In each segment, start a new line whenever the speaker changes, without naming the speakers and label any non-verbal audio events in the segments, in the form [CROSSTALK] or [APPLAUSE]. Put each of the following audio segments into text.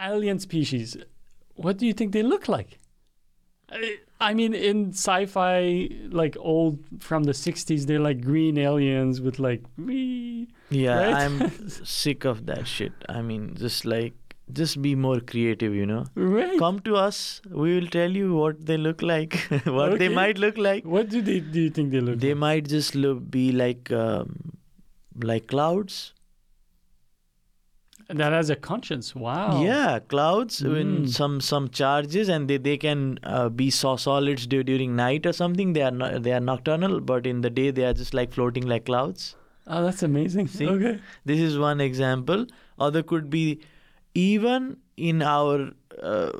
alien species, what do you think they look like? I- I mean, in sci-fi, like old from the '60s, they're like green aliens with like me.
Yeah,
Right? [LAUGHS]
I'm sick of that shit. I mean, just like, just be more creative,
[LAUGHS]
you know?
Right?
Come to us. We will tell you what they look like, [LAUGHS] what they
Okay.
might look like.
What do they do? You think they look?
They
like?
might just look be like, um, like clouds.
that has a conscience. Wow.
Yeah, clouds in
Oh. Mm.
some some charges, and they they can uh, be so solids du- during night or something. They are no, they are nocturnal, but in the day they are just like floating like clouds.
Oh, that's amazing.
See?
Okay.
This is one example. Other could be even in our uh,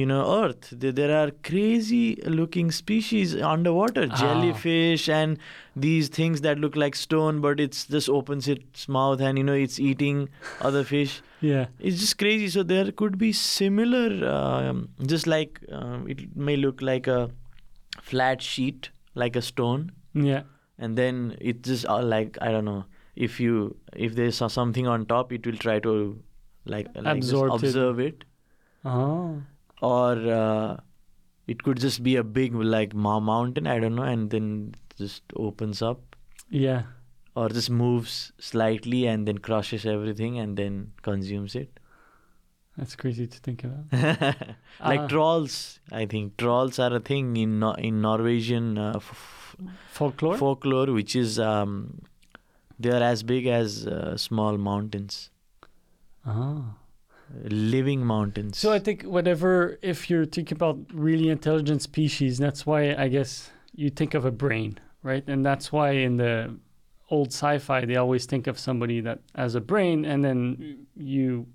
you know Earth. There, there are crazy looking species underwater,
Ah.
jellyfish and these things that look like stone, but it's just opens its mouth and you know it's eating other fish.
Yeah.
It's just crazy. So there could be similar, um, just like um, it may look like a flat sheet, like a stone,
Yeah.
and then it just uh, like I don't know if you if there's so- something on top, it will try to like, like just
Absorb it.
observe it,
Oh.
or uh, it could just be a big like mo- mountain. I don't know, and then just opens up
Yeah.
or just moves slightly and then crushes everything and then consumes it. [LAUGHS]
That's crazy to think about.
like
Ah.
trolls i think trolls are a thing in no- in norwegian uh, f-
Folklore.
folklore which is um, they are as big as uh, small mountains
oh.
living mountains
So I think whatever, if you're thinking about really intelligent species, that's why I guess you think of a brain, right? And that's why in the old sci-fi they always think of somebody that has a brain, and then you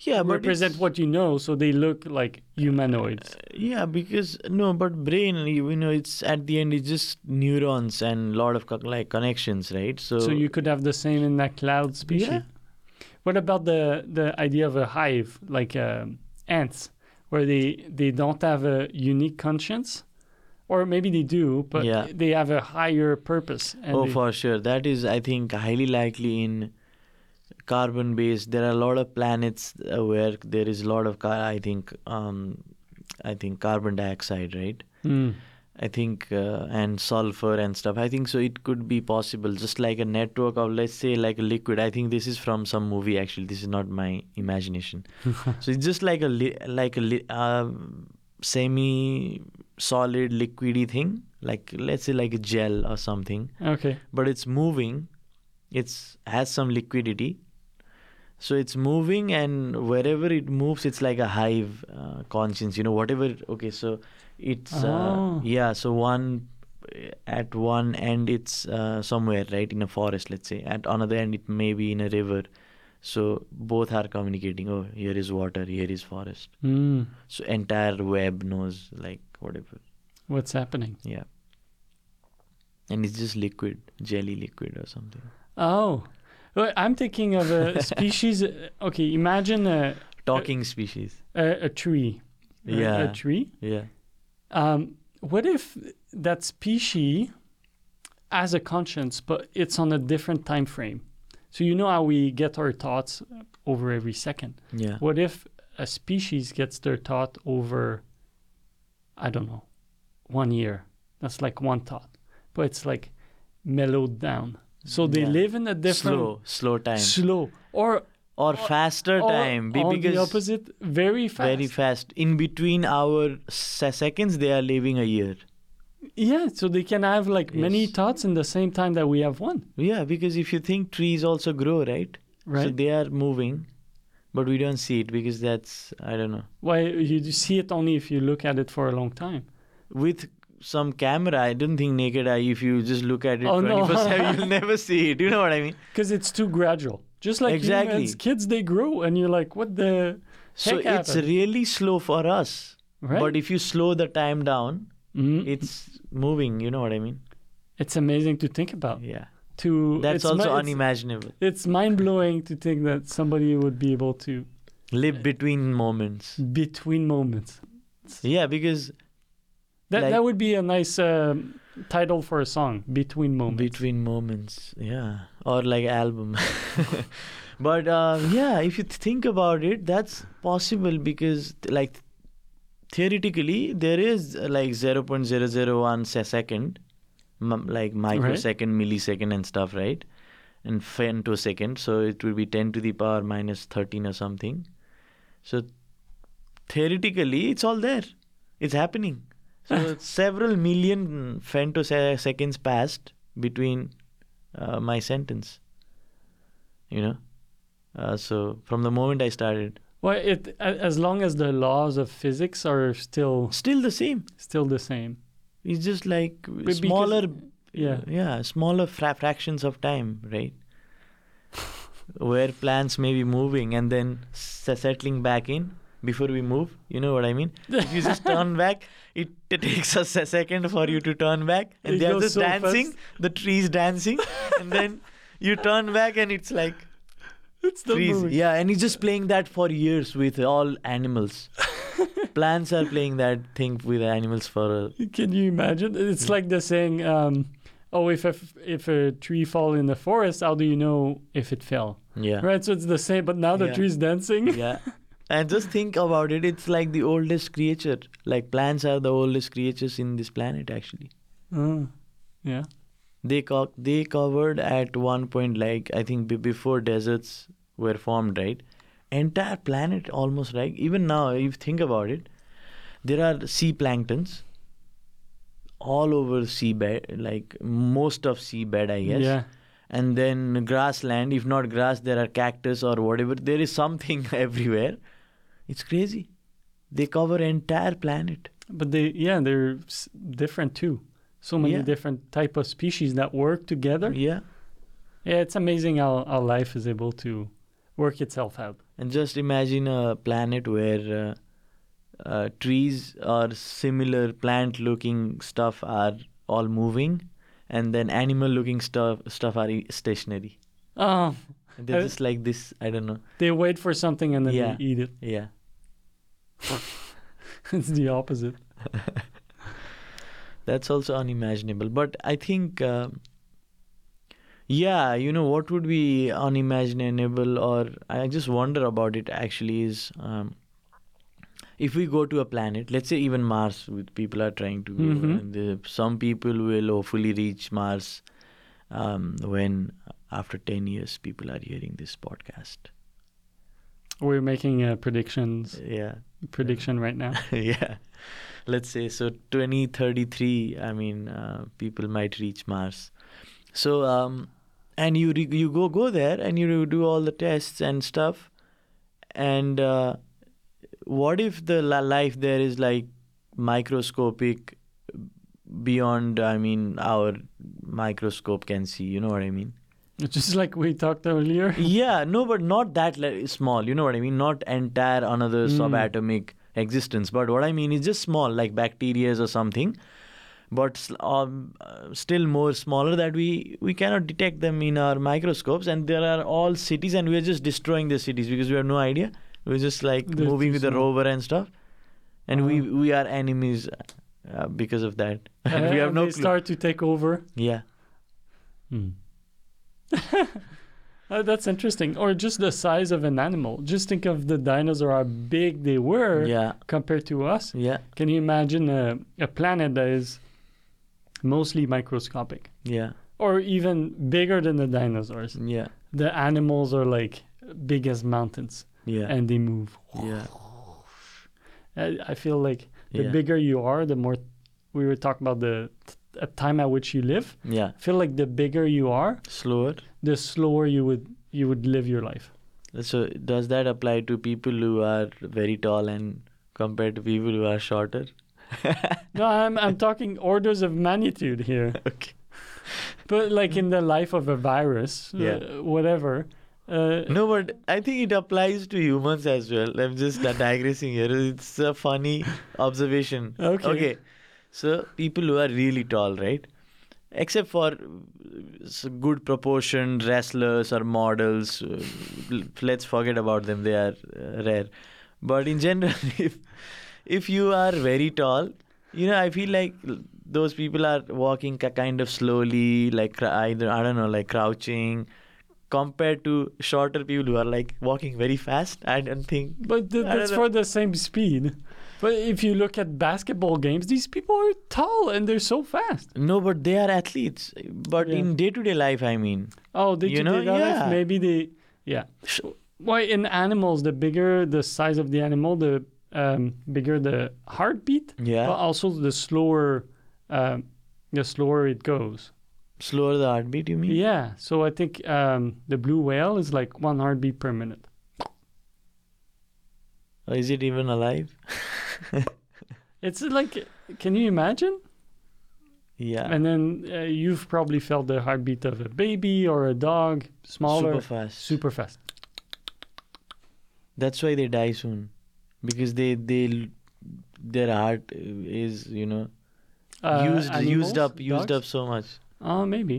yeah but
represent
it's-
what you know, so they look like humanoids.
yeah because no but brain you you know it's at the end it's just neurons and lot of co- like connections right so,
so you could have the same in that cloud species.
Yeah.
What about the the idea of a hive, like um, ants, where they they don't have a unique conscience, or maybe they do, but
Yeah.
they have a higher purpose. And
oh
they-
for sure that is i think highly likely in carbon based there are a lot of planets uh, where there is a lot of car i think um i think carbon dioxide right
Mm.
i think uh, and sulfur and stuff i think so it could be possible just like a network of let's say like a liquid i think this is from some movie actually this is not my imagination so it's just like a li- like a li- um, semi solid liquidy thing like let's say like a gel or something
Okay.
but it's moving it's has some liquidity so it's moving and wherever it moves it's like a hive uh, conscience you know whatever okay so it's uh,
Oh.
yeah so one at one end it's uh, somewhere right in a forest let's say at another end it may be in a river so both are communicating oh here is water here is forest
Mm.
so entire web knows like whatever
What's happening?
yeah and it's just liquid jelly liquid or something
Oh, Well, I'm thinking of
[LAUGHS]
a species. Okay, imagine a
talking species
a, a tree. A-
Yeah.
A tree.
yeah
Um, what if that species has a conscience, but it's on a different time frame? So you know how we get our thoughts over every second.
yeah
What if a species gets their thought over, I don't know, one year? That's like one thought, but it's like mellowed down. So they
Yeah.
live in a different
slow slow time
slow or,
or faster
or
time be-
on
because
the opposite, very fast.
very fast in between our se- seconds they are living a year
yeah, so they can have like many
Yes.
thoughts in the same time that we have one.
yeah because if you think trees also grow right so
Right.
they are moving but we don't see it because that's i don't know
Why you do see it only if you look at it for a long time.
with some camera i don't think naked eye if you just look at it
Oh, no.
24 [LAUGHS] 7 you'll never see it you know what i mean
Because it's too gradual. Just like
Exactly.
humans, kids they grow and you're like, what the
so
heck
it's
happened?
really slow for us
right?
but if you slow the time down
Mhm.
it's moving you know what i mean
it's amazing to think about.
yeah
To
that's
it's mi-
also
it's-
unimaginable
It's, mind blowing to think that somebody would be able to
live between moments
between moments.
yeah because
That
Like-
that would be a nice um, title for a song. Between moments.
between moments yeah or like album [LAUGHS] But uh, yeah, if you think about it, that's possible because like theoretically there is uh, like 0.001 se- second, m- like microsecond, millisecond, and stuff, right? And femtosecond, so it will be 10 to the power minus 13 or something. So theoretically, it's all there. It's happening. So several million femtoseconds passed between uh, my sentence. You know, uh, so from the moment I started,
Well, it a- as long as the laws of physics are still
still the same.
still the same.
It's just like
because-
smaller,
yeah.
yeah, smaller fra- fractions of time,
[LAUGHS]
right? Where plants may be moving and then s- settling back in before we move. You know what I mean? If you
[LAUGHS]
just turn back, it, t- takes us a second for you to turn back, and
It
they're
goes
just
so
dancing. The trees
[LAUGHS]
dancing, and then you turn back, and it's like
It's the
trees.
movie.
Yeah, and he's just playing that for years with all
[LAUGHS]
animals. Plants are playing that thing with animals for. uh, A,
Can you imagine? It's like the saying, um, "Oh, if a f- if a tree fall in the forest, how do you know if it fell?"
yeah.
Right. So it's the same, but now the
Yeah.
tree's dancing. [LAUGHS]
yeah. And just think about it. It's like the oldest creature. Like plants are the oldest creatures in this planet. Actually,
Uh, yeah.
they co- they covered at one point. Like I think b- before deserts were formed, right? Entire planet almost like even now. If you think about it, there are sea planktons all over seabed. Like most of seabed, I guess.
Yeah.
and then grassland if not grass there are cactus or whatever there is something [LAUGHS] everywhere it's crazy they cover entire planet
But they, yeah, they're s- different too. So many
Yeah.
different type of species that work together.
yeah
Yeah, it's amazing how, how life is able to work itself out.
and just imagine a planet where uh, uh, trees or similar plant looking stuff are all moving and then animal looking stuff stuff are e- stationary
Oh,
and they're
Uh,
just like this i don't know
they wait for something and then
Yeah.
they eat it. [LAUGHS]
yeah
it's the opposite.
That's also unimaginable. But I think, uh, yeah, you know, what would be unimaginable, or I just wonder about it actually is um, if we go to a planet, let's say even Mars, with people are trying to go,
Mhm.
and the, some people will hopefully reach Mars um, when after 10 years people are hearing this podcast.
We're making uh, predictions
Yeah.
prediction right
[LAUGHS]
now.
yeah let's say so 2033 i mean uh, people might reach mars so um and you re- you go go there and you do all the tests and stuff and uh, what if the la- life there is like microscopic beyond i mean our microscope can see you know what i mean
It's just like we talked earlier.
yeah no but not that le- small you know what i mean not entire another
Mm.
subatomic existence but what i mean is just small like bacteria or something but s- um, uh, still more smaller that we we cannot detect them in our microscopes and there are all cities and we are just destroying the cities because we have no idea we're just like
They're
moving
too
with the
small.
rover and stuff and we
Uh-huh.
we are enemies uh, because of that [LAUGHS]
[LAUGHS] Uh,
we have
and
no
they
clue
start to take over.
yeah
[LAUGHS] Uh, that's interesting. Or just the size of an animal. Just think of the dinosaur, how big they were
yeah
compared to us.
yeah
Can you imagine a, a planet that is mostly microscopic
yeah
or even bigger than the dinosaurs?
yeah
The animals are like big as mountains
yeah
and they move.
yeah
I, I feel like the
Yeah.
bigger you are, the more we were talking about the t- a time at which you live.
yeah
I feel like the bigger you are,
slower
the slower you would you would live your life.
So does that apply to people who are very tall and compared to people who are shorter?
No, I'm
[LAUGHS]
I'm talking orders of magnitude here.
Okay.
But like in the life of a virus, uh,
Yeah.
whatever. Uh,
No, but I think it applies to humans as well. I'm just [LAUGHS] digressing here. It's a funny observation.
Okay.
Okay. So people who are really tall, right? Except for uh, s- good proportioned wrestlers or models, uh, l- let's forget about them. They are uh, rare. But in general, [LAUGHS] if if you are very tall, you know I feel like l- those people are walking ki- kind of slowly, like cr- either I don't know, like crouching, compared to shorter people who are like walking very fast and, and think
But th-
I don't
that's
know.
for the same speed. But if you look at basketball games, these people are tall and they're so fast.
no but they are athletes but
Yeah.
in day-to-day life i mean
Oh, did
You
you,
know,
do that?
yeah.
Maybe they, yeah.
Sh-
Why in animals, the bigger the size of the animal, the um, bigger the heartbeat,
yeah
but uh, also the slower, um, the slower it goes.
slower the heartbeat you mean
Yeah. So I think um, the blue whale is like one heartbeat per minute.
or is it even
[LAUGHS]
alive
It's uh, like, can you imagine?
yeah
And then uh, you've probably felt the heartbeat of a baby or a dog, smaller,
super
super,
fast
fast.
that's why they die soon because they they l- their heart uh, is you know
Uh,
used used up used up so much
Oh, maybe.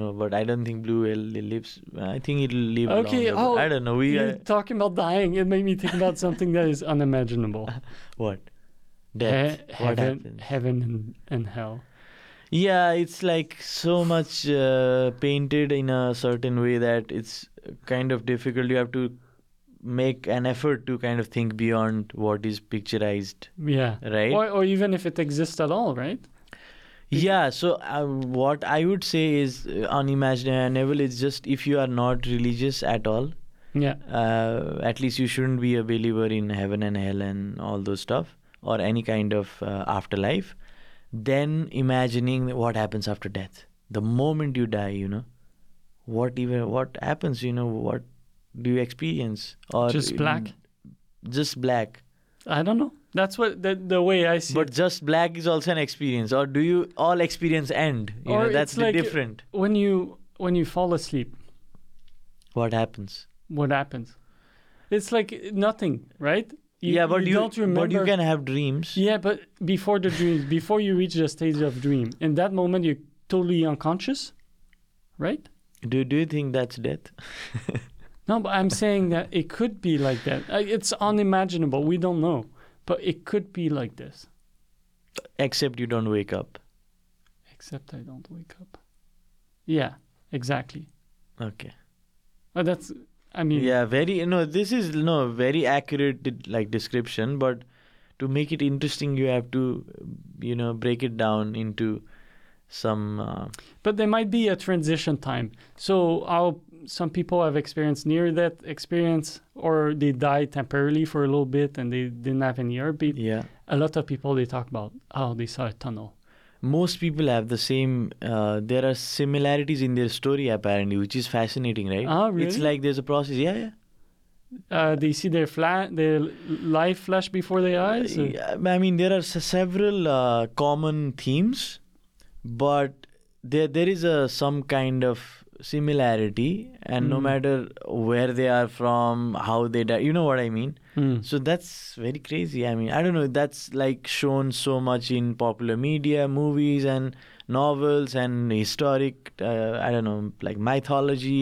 no but i don't think blue whale li- lives i think it'll live
Okay,
longer, but
oh,
i don't know we
You're
uh,
talking about dying. It made me think about something that is unimaginable.
what
He-
[LAUGHS] death what
heaven,
happens
heaven and, and hell.
yeah it's like so much uh, painted in a certain way that it's kind of difficult you have to make an effort to kind of think beyond what is picturized
Yeah.
right
Or, or even if it exists at all, right?
Yeah, so uh, what I would say is uh, unimaginable is just if you are not religious at all,
Yeah.
uh, at least you shouldn't be a believer in heaven and hell and all those stuff or any kind of uh, afterlife, then imagining what happens after death. The moment you die, you know, what even what happens, you know, what do you experience or
Just black?
Just black.
I don't know. That's what the, the way I see
But
it.
just black is also an experience or do you all experience end? You
Or
know, that's
it's
the
like-
different.
When you when you fall asleep,
what happens
what happens? It's like nothing, right?
yeah but you,
don't remember.
but you can have dreams
Yeah, but before the dreams, before you reach the stage of dream, in that moment you're totally unconscious, right?
do, do you think that's death
No, but I'm saying that it could be like that. Uh, It's unimaginable. We don't know, but it could be like this.
except you don't wake up
Except I don't wake up. Yeah, exactly.
okay
But that's. I mean,
yeah very no this is no very accurate de- like description but to make it interesting you have to you know break it down into some uh,
but there might be a transition time. So how some people have experienced near that experience, or they die temporarily for a little bit and they didn't have any heartbeat.
yeah
A lot of people they talk about how they saw a tunnel.
most people have the same uh, there are similarities in their story apparently which is fascinating right
Ah,
it's
really?
like there's a process yeah yeah
Uh, they see their fla- their life flash before their eyes. or-
Uh, Yeah, I mean, there are s- several uh, common themes, but there there is a some kind of similarity, and no
Mm.
matter where they are from, how they die, you know what I mean.
Hmm.
So that's very crazy. I mean, I don't know. That's like shown so much in popular media, movies, and novels, and historic. Uh, I don't know, like mythology,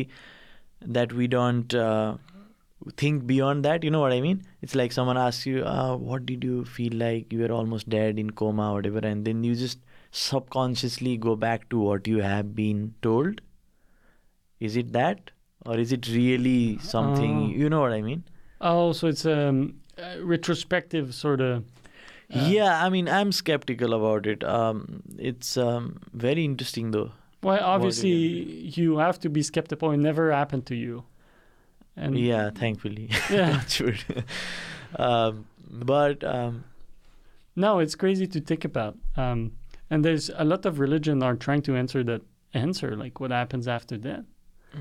that we don't uh, think beyond that. You know what I mean? It's like someone asks you, uh, "What did you feel like? You were almost dead in coma, or whatever," and then you just subconsciously go back to what you have been told. Is it that, or is it really something?
Oh.
You know what I mean?
Oh, so it's a um, uh, retrospective sort of.
yeah, I mean, I'm skeptical about it. Um, it's um, very interesting, though.
Well,
What do you
obviously you have to be skeptical. It never happened to you. And
yeah, thankfully,
[LAUGHS]
[LAUGHS]
yeah.
Sure. um, but um,
No, it's crazy to think about. Um, and there's a lot of religion are trying to answer that answer, like what happens after death.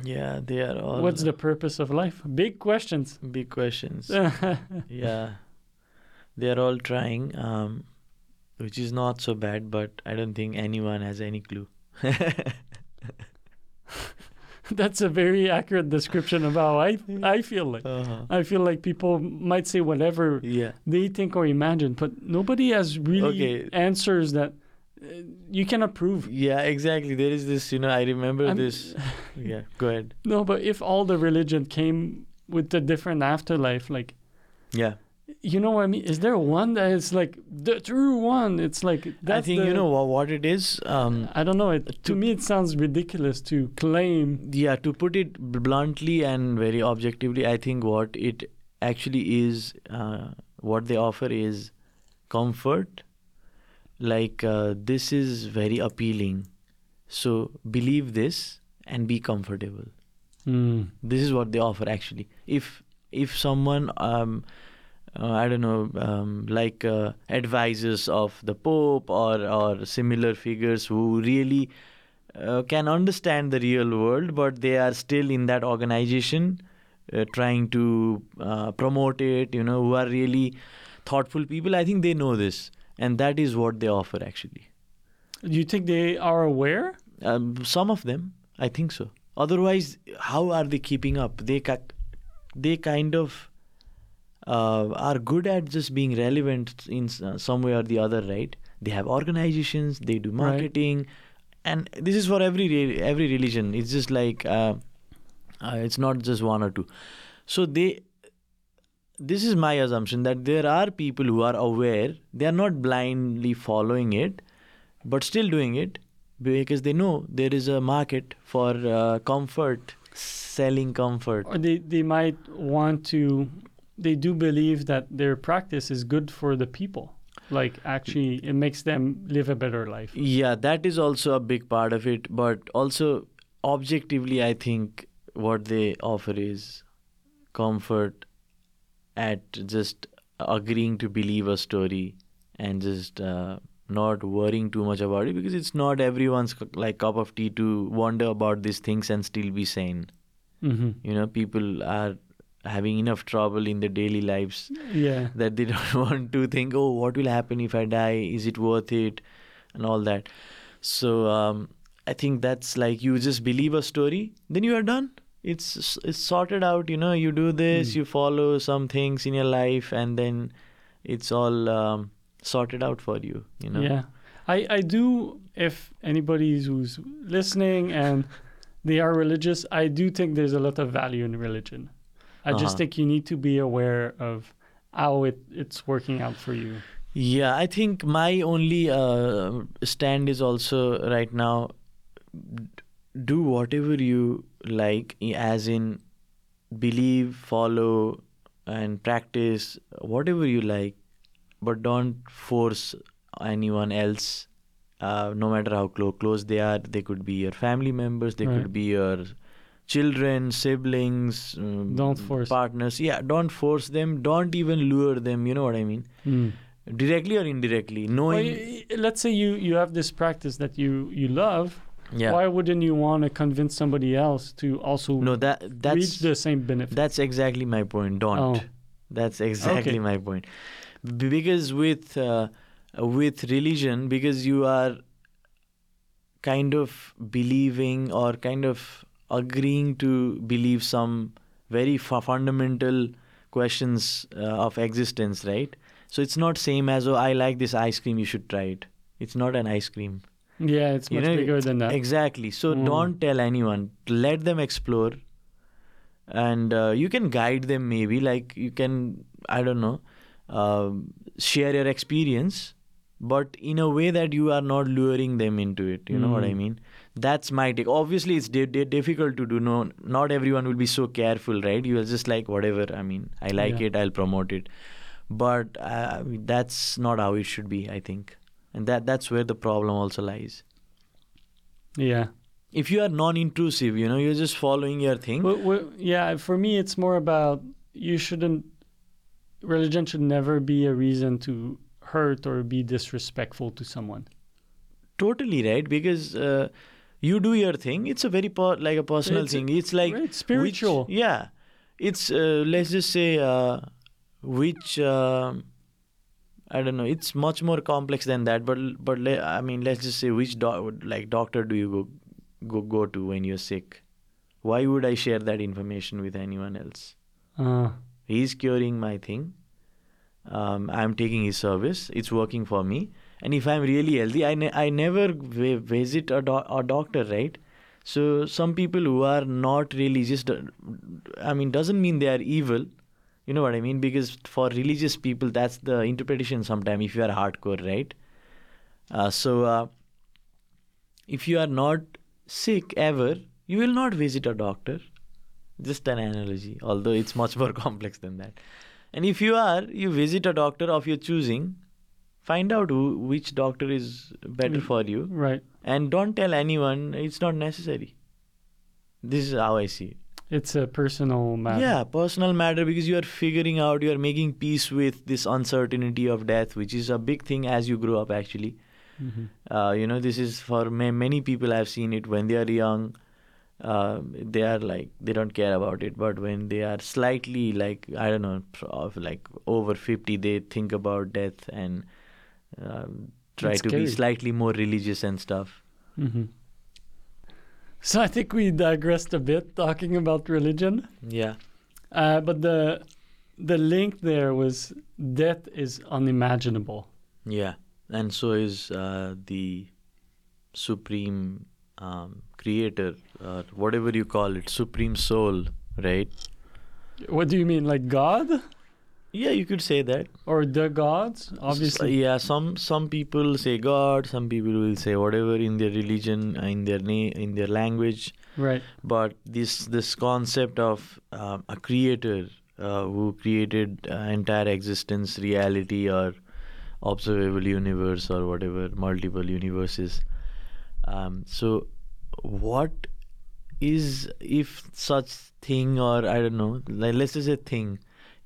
yeah, they are all
What's the purpose of life? Big questions. [LAUGHS]
big questions.
yeah,
yeah, they are all trying, um, which is not so bad. But I don't think anyone has any clue. [LAUGHS]
Uh-huh. that's a very accurate description of how I I feel like.
Uh-huh.
I feel like people might say whatever
Yeah,
they think or imagine, but nobody has really
Okay.
answers that uh, you cannot prove.
yeah, exactly. There is this, you know. I remember
I'm- [LAUGHS]
this. Yeah, go ahead.
No, but if all the religion came with a different afterlife, like
Yeah,
you know what I mean? Is there one that is like the true one? It's like
I
that's
think
the-
you know what, what it is. Um,
I don't know. It, to
to-
me, it sounds ridiculous to claim
yeah, to put it bl- bluntly and very objectively, I think what it actually is, uh, what they offer is comfort. Like uh, this is very appealing, so believe this and be comfortable.
Mm.
this is what they offer actually if if someone um uh, i don't know um, like uh, advisors of the pope or or similar figures who really uh, can understand the real world but they are still in that organization uh, trying to uh, promote it you know who are really thoughtful people i think they know this and that is what they offer actually
Do you think they are aware?
um, some of them, I think so. Otherwise, how are they keeping up? They ca- they kind of uh, are good at just being relevant in s- uh, some way or the other, right? They have organizations, they do
Right.
marketing, and this is for every re- every religion. It's just like uh, uh, it's not just one or two. So they. This is my assumption that there are people who are aware, they are not blindly following it, but still doing it because they know there is a market for uh, comfort, selling comfort.
Or they, they might want to, they do believe that their practice is good for the people. Like, actually, it makes them live a better life.
Yeah, that is also a big part of it. But also, objectively, I think what they offer is comfort at just agreeing to believe a story and just uh, not worrying too much about it because it's not everyone's cu- like cup of tea to wonder about these things and still be sane.
Mm-hmm.
You know, people are having enough trouble in their daily lives
Yeah.
[LAUGHS] that they don't want to think, oh, what will happen if I die? Is it worth it? And all that. So um, I think that's like you just believe a story, then you are done. It's it's sorted out. You know, you do this, you follow some things in your life, and then it's all um, sorted out for you. You know.
Yeah. I, I do, if anybody who's listening and they are religious, I do think there's a lot of value in religion. I just
Uh-huh.
think you need to be aware of how it, it's working out for you.
Yeah, I think my only uh, stand is also right now d- do whatever you like, i- as in believe, follow, and practice whatever you like, but don't force anyone else, uh, no matter how clo- close they are. They could be your family members, they
Right.
could be your children, siblings, um,
Don't force.
partners. Yeah, don't force them, don't even lure them, you know what I mean?
Mm.
directly or indirectly
Well,
knowing
y- y- let's say you, you have this practice that you, you love.
yeah
Why wouldn't you want to convince somebody else to also
no that
reach
that's
the same benefit?
that's exactly my point don't
Oh.
that's exactly
Okay.
my point B- because with uh, with religion because you are kind of believing or kind of agreeing to believe some very fu- fundamental questions uh, of existence right so it's not same as oh i like this ice cream you should try it it's not an ice cream
yeah, it's
You
much
know,
bigger than that.
Exactly. So
Mm.
don't tell anyone. Let them explore, and uh, you can guide them. Maybe like you can, I don't know, um share your experience, but in a way that you are not luring them into it. You know what I
Mm.
mean? That's my take. Obviously, it's di- di- difficult to do. No, not everyone will be so careful, right? You are just like whatever. I mean, I like
Yeah.
it. I'll promote it, but uh, that's not how it should be. I think. And that, that's where the problem also lies
yeah.
if you are non-intrusive you know you're just following your thing
Well, well, yeah, for me, it's more about you shouldn't, religion should never be a reason to hurt or be disrespectful to someone.
totally right because uh, you do your thing it's a very per- like a personal
It's-
thing it's like
right,
which-
spiritual.
yeah it's uh, let's just say uh, which um i don't know it's much more complex than that but but le- i mean let's just say which do- like doctor do you go, go go to when you're sick why would i share that information with anyone else
Uh,
he's curing my thing um, i'm taking his service it's working for me and if i'm really healthy i, ne- I never vi- visit a, do- a doctor right uh, so some people who are not really just i mean doesn't mean they are evil You know what I mean? Because for religious people, that's the interpretation sometimes if you are hardcore, right? Uh, so uh, if you are not sick ever, you will not visit a doctor. Just an analogy, although it's much more [LAUGHS] complex than that. And if you are, you visit a doctor of your choosing, find out who, which doctor is better
Mm.
for you,
Right.
and don't tell anyone it's not necessary. This is how I see it.
It's a personal matter.
Yeah, personal matter because you are figuring out, you are making peace with this uncertainty of death, which is a big thing as you grow up, actually.
Mhm.
Uh, you know, this is for ma- many people, I've seen it when they are young. Uh, they are like they don't care about it, but when they are slightly like I don't know, pr- of like over fifty, they think about death and um, try
It's
to
scary.
be slightly more religious and stuff.
hmm So I think we digressed a bit talking about religion,
Yeah,
uh, but the the link there was death is unimaginable.
yeah, and so is uh, the supreme um, creator, or whatever you call it, supreme soul, right?
What do you mean, like God
Yeah, you could say that.
or the gods?
S-
Obviously,
yeah some some people say god some people will say whatever in their religion uh, in their na- in their language
right. [LAUGHS]
but this this concept of um, a creator uh, who created uh, entire existence reality or observable universe or whatever multiple universes um, so what is if such thing or i don't know like, let's just say thing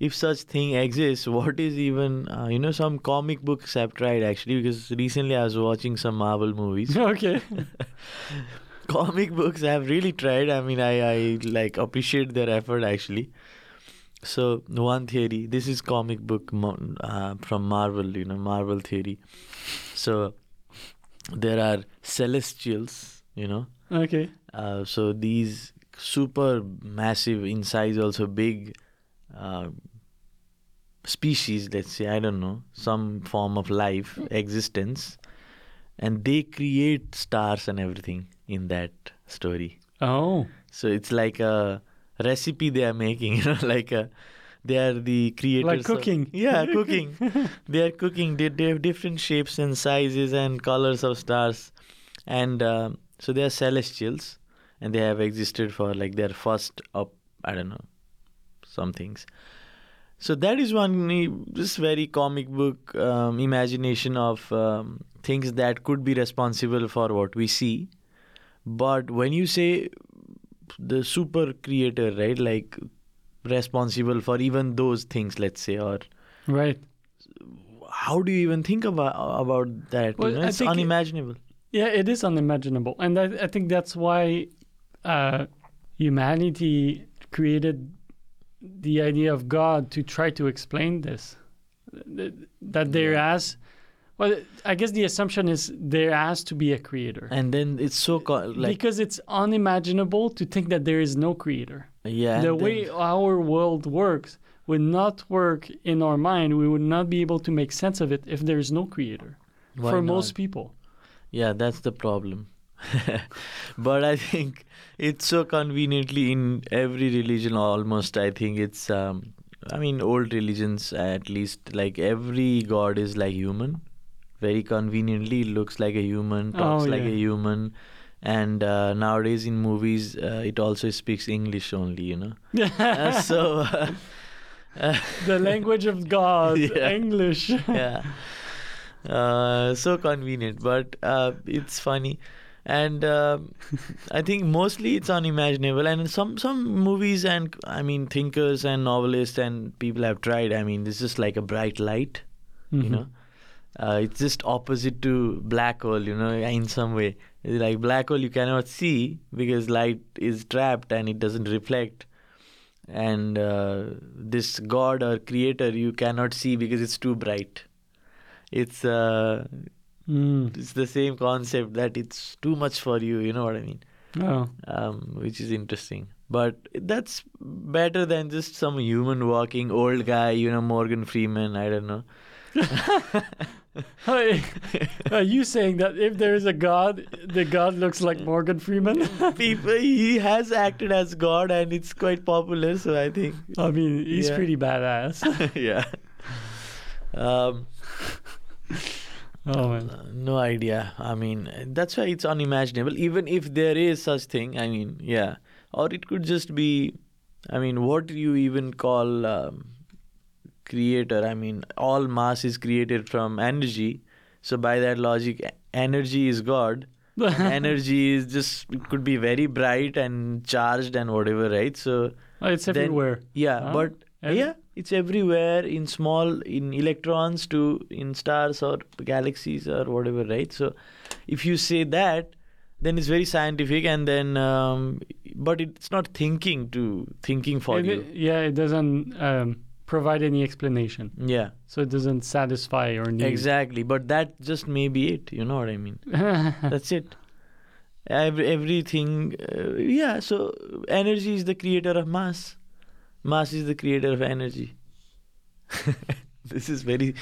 if such thing exists, [LAUGHS] what is even uh, you know some comic books I've tried actually because recently I was watching some Marvel movies.
okay.
comic books I've really tried. I mean, I I like appreciate their effort actually. So one theory, this is comic book mo- uh, from Marvel, you know, Marvel theory. So there are celestials, you know,
Okay.
uh, so these super massive in size, also big uh, species, let's say, I don't know, some form of life, existence. And they create stars and everything in that story.
Oh.
So it's like a recipe they are making, [LAUGHS] you know, like a, they are the creators. of-
cooking.
[LAUGHS] yeah, cooking. they are cooking. They, they have different shapes and sizes and colors of stars. And um so they are celestials and they have existed for like their first up, I don't know, some things. So that is one eh, just very comic book um, imagination of um, things that could be responsible for what we see. But when you say the super creator, right, like responsible for even those things, let's say, or
Right.
how do you even think about about that?
Well,
you know,
I
it's
think-
unimaginable.
Yeah, it is unimaginable, and I, I think that's why uh, humanity created the idea of God to try to explain this. Th- That there has, well, I guess the assumption is there has to be a creator
and then it's so co- like
because it's unimaginable to think that there is no creator.
yeah. and
the
then-
way our world works would not work in our mind. We would not be able to make sense of it if there is no creator
Why
for
not?
most
[LAUGHS]
people.
yeah, that's the problem. [LAUGHS] but I think it's so conveniently in every religion almost. I think it's um, I mean old religions at least like every god is like human. Very conveniently looks like a human, talks
Oh,
like
yeah.
a human. And uh, nowadays in movies, uh, it also speaks English only,
[LAUGHS]
you know. Uh, so, [LAUGHS] uh,
the language of God,
[LAUGHS] Yeah.
English.
[LAUGHS] yeah. Uh, so convenient, but uh, it's funny, and um I think mostly it's unimaginable. And some some movies and I mean thinkers and novelists and people have tried. I mean, this is like a bright light,
[LAUGHS]
you
Mm-hmm.
know. Uh, it's just opposite to black hole, you know, in some way. Like black hole, you cannot see because light is trapped and it doesn't reflect. And uh, this god or creator, you cannot see because it's too bright. It's uh,
Mm.
it's the same concept that it's too much for you. You know what I mean?
Oh.
Um, which is interesting. But that's better than just some human walking old guy, you know, Morgan Freeman. I don't know. [LAUGHS]
Hey, are you saying that if there is a god, the god looks like Morgan Freeman? [LAUGHS]
People, he has acted as God, and it's quite popular. So I think, [LAUGHS]
I mean, he's
Yeah.
pretty
[LAUGHS]
badass.
yeah. Um,
Oh man.
Uh, no idea. I mean, uh, that's why it's unimaginable. Even if there is such thing, I mean, yeah. Or it could just be, I mean, what do you even call um, creator? I mean, all mass is created from energy. So by that logic, e- energy is God.
[LAUGHS]
And energy is just it could be very bright and charged and whatever, right? So
Oh, it's
Then-
everywhere.
yeah,
Huh?
but
Ev-
yeah, it's everywhere in small in electrons to in stars or galaxies or whatever, right? So if you say that, then it's very scientific, and then um, but it's not thinking to thinking for
It-
you.
Yeah, it doesn't um, provide any explanation,
Yeah,
so it doesn't satisfy or need. [LAUGHS]
exactly. But that just may be it. You know what I mean? That's it. Every, everything, uh, yeah. So energy is the creator of mass. Mass is the creator of energy. [LAUGHS] this is very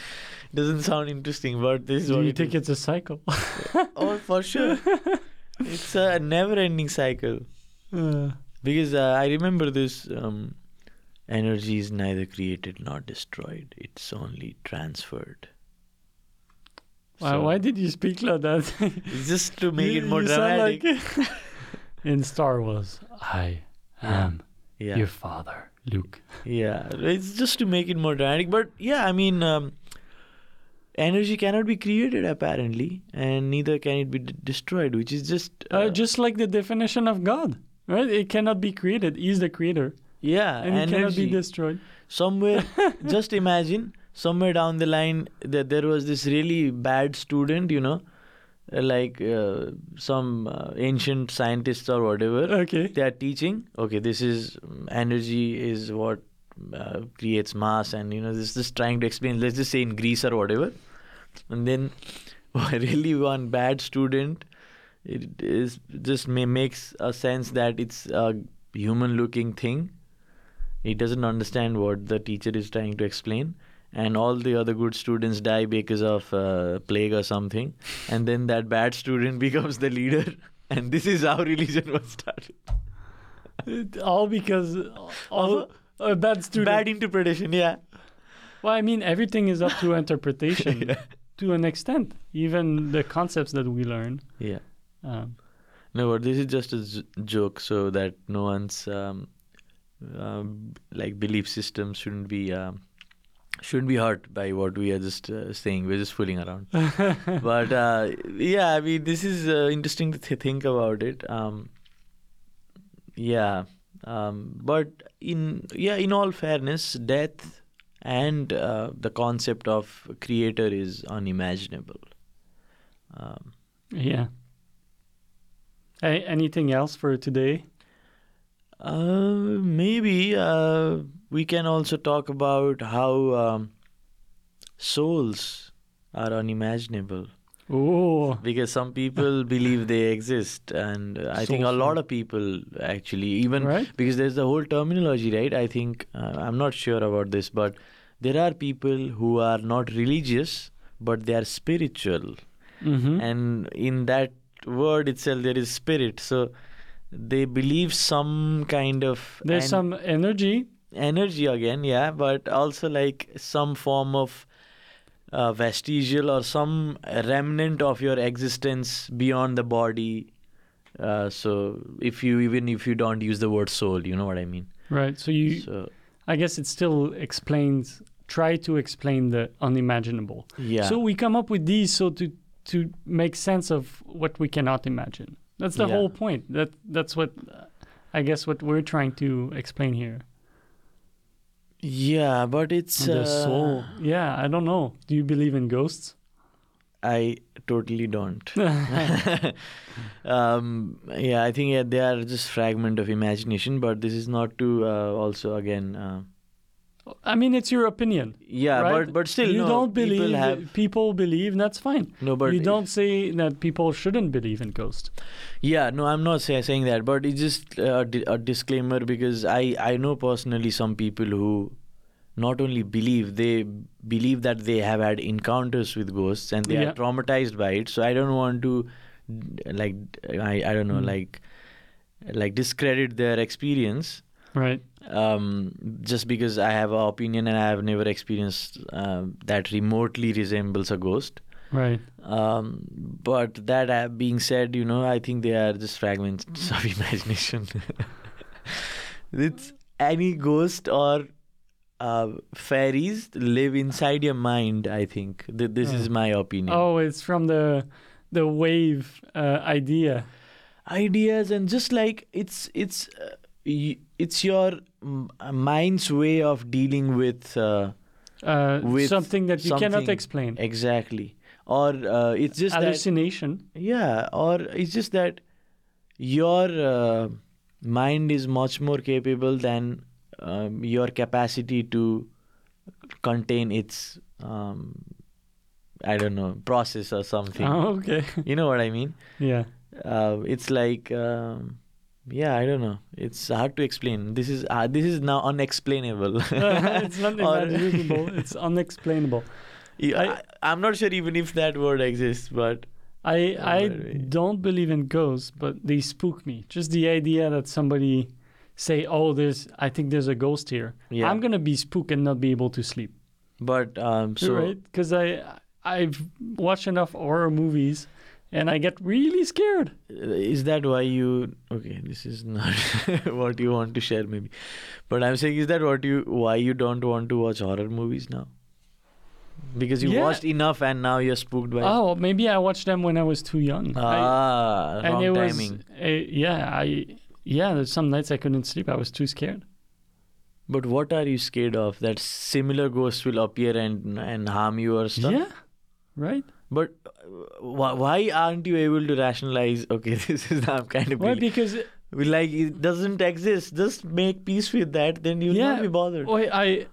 doesn't sound interesting, but this is
Do
what
you
it
think
is.
it's a cycle? [LAUGHS]
Oh, for sure. it's a never-ending cycle
Uh,
because uh, I remember this. Um, energy is neither created nor destroyed; it's only transferred.
why,
So-
why did you speak like that? [LAUGHS]
Just to make
You-
it more
you sound
dramatic.
like- [LAUGHS] in Star Wars, I am
yeah.
your father, Luke.
Yeah, it's just to make it more dramatic. But yeah, I mean, um, energy cannot be created apparently, and neither can it be d- destroyed, which is just
Uh, just like the definition of God, right? It cannot be created. He's the creator,
yeah,
and it cannot
energy.
be destroyed.
somewhere, just imagine somewhere down the line that there was this really bad student, you know, uh, like uh, some uh, ancient scientists or whatever.
Okay.
they are teaching okay this is mm, energy is what uh, creates mass and you know this is trying to explain let's just say in greece or whatever and then [LAUGHS] really one bad student it is just ma- makes a sense that it's a human looking thing he doesn't understand what the teacher is trying to explain and all the other good students die because of uh, plague or something and then that bad student [LAUGHS] becomes the leader and this is how [LAUGHS] religion was started
It- all
[LAUGHS]
because of
Also-
a bad student.
Bad interpretation, yeah.
Well, I mean, everything is up
[LAUGHS]
to interpretation
Yeah.
to an extent, even the concepts that we learn.
Yeah.
Um,
No, but this is just a j- joke so that no one's um, um, like belief system shouldn't be um, shouldn't be hurt by what we are just uh, saying. We're just fooling around. but uh, yeah, I mean, this is uh, interesting to th- think about it. Um, yeah, um, but in yeah, in all fairness, death and uh, the concept of creator is unimaginable. Um,
yeah. A- anything else for today?
Uh, maybe uh, we can also talk about how um, souls are unimaginable
Oh,
because
[LAUGHS]
some people believe they exist, and uh, I think a
Souls,
lot
yeah.
of people actually, even
right?
because there's the whole terminology, right? I think uh, I'm not sure about this, but there are people who are not religious but they are spiritual
Mm-hmm.
and in that word itself there is spirit so they believe some kind of
There's
en-
some energy.
energy again yeah but also like some form of uh, vestigial or some remnant of your existence beyond the body uh, so if you even if you don't use the word soul you know what i mean
Right. So you,
so
I guess it still explains, try to explain the unimaginable.
yeah
So we come up with these so to to make sense of what we cannot imagine. That's the
Yeah.
whole point. That that's what uh, I guess what we're trying to explain here.
yeah but it's
the
uh,
soul. Yeah, I don't know. Do you believe in ghosts?
I totally
[LAUGHS]
don't. [LAUGHS] um, yeah, I think yeah, they are just fragment of imagination, but this is not to uh, also again. Uh,
I mean, it's your opinion.
yeah,
right?
but but still,
you
no,
don't believe
people have
people believe. and That's fine.
no, but
you don't say that people shouldn't believe in ghosts.
Yeah, no, I'm not say, saying that, but it's just uh, di- a disclaimer because I I know personally some people who not only believe they believe that they have had encounters with ghosts and they
Yeah.
are traumatized by it so i don't want to like i, I don't know
Mm.
like like discredit their experience
Right.
um, just because I have an opinion and I have never experienced um that remotely resembles a ghost.
Right.
Um, but that uh, being said, you know, I think they are just fragments [LAUGHS] of imagination. it's any ghost or uh, fairies live inside your mind. I think Th- this is
Mm.
my opinion.
Oh, it's from the the wave uh, idea.
ideas and just like it's it's uh, y- it's your m- uh, mind's way of dealing with. Uh,
Uh,
With
something that you cannot
something-
explain.
Exactly. Or uh, it's just that
Hallucination.
yeah, or it's just that your uh, mind is much more capable than um, your capacity to contain its um, I don't know process or something.
Oh, okay. [LAUGHS]
You know what I mean? [LAUGHS]
yeah. [LAUGHS]
Uh, it's like um, yeah, I don't know. It's hard to explain. This is uh, this is now unexplainable.
[LAUGHS] it's
[LAUGHS]
not
Or-
imaginable. it's unexplainable.
I, I'm not sure even if that word exists, but
I
Oh,
I
right, right.
don't believe in ghosts, but they spook me. Just the idea that somebody say, "Oh, there's I think there's a ghost here."
yeah.
I'm gonna be spooked and not be able to sleep.
But um, so
right? Because I I've watched enough horror movies, and I get really scared.
uh, is that why you? Okay, this is not [LAUGHS] what you want to share, maybe. But I'm saying, is that what you? Why you don't want to watch horror movies now? Because you
Yeah.
watched enough, and now you're spooked by.
Oh, maybe I watched them when I was too young. I-
ah,
and
wrong
it was
timing.
eh, yeah I yeah. There's some nights I couldn't sleep. I was too scared.
But what are you scared of? That similar ghosts will appear and and harm you or stuff.
Yeah, right.
But uh, why, why aren't you able to rationalize? [LAUGHS] Okay, this is I'm kind of
Why?
believing.
Because
We like it doesn't exist. Just make peace with that. Then you'll
Yeah.
not be bothered.
Well, I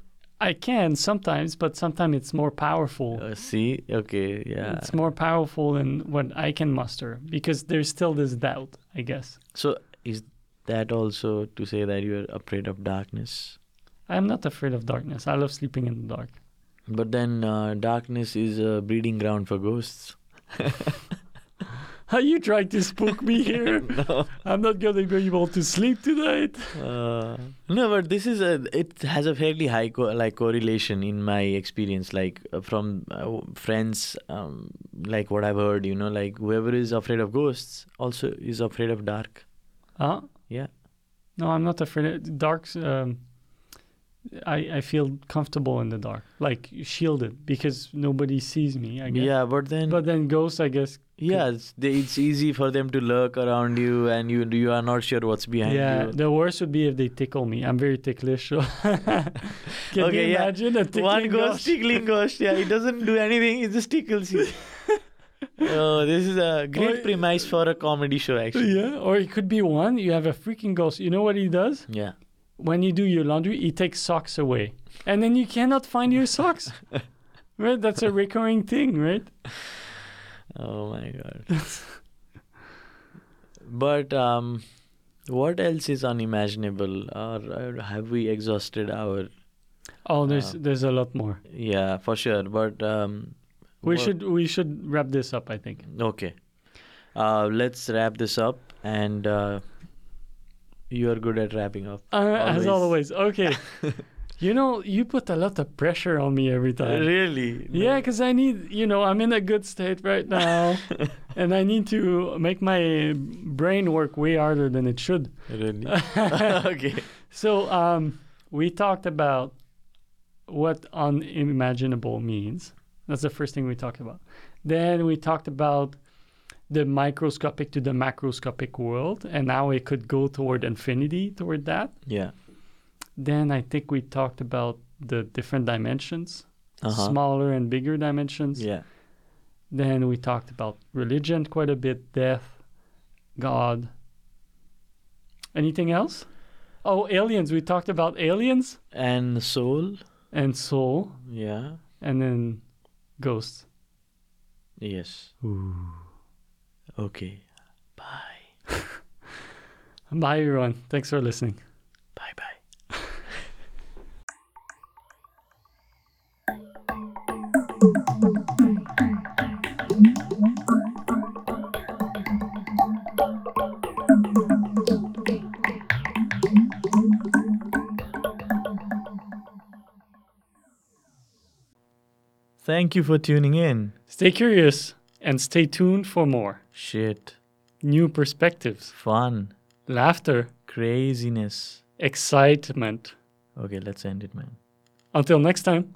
I can sometimes, but sometimes it's more powerful.
Uh, see, okay, yeah.
It's more powerful than what I can muster because there's still this doubt, I guess.
So is that also to say that you're afraid of darkness?
I'm not afraid of darkness. I love sleeping in the dark.
But then uh, darkness is a breeding ground for
[LAUGHS]
ghosts.
Are you trying to spook
[LAUGHS]
me here?
no,
I'm not gonna be able to sleep tonight.
uh, no, but this is a. It has a fairly high co- like correlation in my experience, like uh, from uh, w- friends, um, like what I've heard. You know, like whoever is afraid of ghosts also is afraid of dark.
Huh?
Yeah.
No, I'm not afraid. of- Darks. Um, I I feel comfortable in the dark, like shielded, because nobody sees me. I guess.
Yeah, but then
But then ghosts, I guess.
Yeah, it's, they, it's easy for them to lurk around you, and you you are not sure what's behind
yeah,
you.
the worst would be if they tickle me. I'm very ticklish. So [LAUGHS] Can
Okay,
you
yeah.
imagine a tickling
One ghost
ghost?
tickling ghost. Yeah, it doesn't do anything. It just tickles you. [LAUGHS] oh, this is a great
Or-
premise for a comedy show, actually.
Yeah, or it could be one. You have a freaking ghost. You know what he does?
Yeah.
When you do your laundry, he takes socks away, and then you cannot find your
[LAUGHS]
socks. right, that's a recurring thing, right?
Oh my god. but um, what else is unimaginable? Or, or have we exhausted our?
Oh, there's
Uh,
there's a lot more.
Yeah, for sure. But um,
We
what-
should we should wrap this up. I think.
Okay. Uh, let's wrap this up, and uh, you are good at wrapping up.
Uh, As always, okay. you know, you put a lot of pressure on me every time.
really?
Yeah, because I need, you know, I'm in a good state right
[LAUGHS]
now, and I need to make my brain work way harder than it should.
[LAUGHS] Really? okay.
So, um, we talked about what unimaginable means. That's the first thing we talked about. Then we talked about the microscopic to the macroscopic world and how it could go toward infinity, toward that.
Yeah.
Then I think we talked about the different dimensions,
Uh-huh.
smaller and bigger dimensions.
Yeah.
Then we talked about religion quite a bit, death, God. Anything else? Oh, aliens. We talked about aliens
And soul?
and soul
Yeah.
and then ghosts.
Yes. Okay. Bye.
Bye, everyone. Thanks for listening.
Bye bye. Thank you for tuning in.
Stay curious and stay tuned for more
Shit.
new perspectives,
Fun.
laughter,
Craziness.
excitement.
Okay, let's end it, man.
Until next time.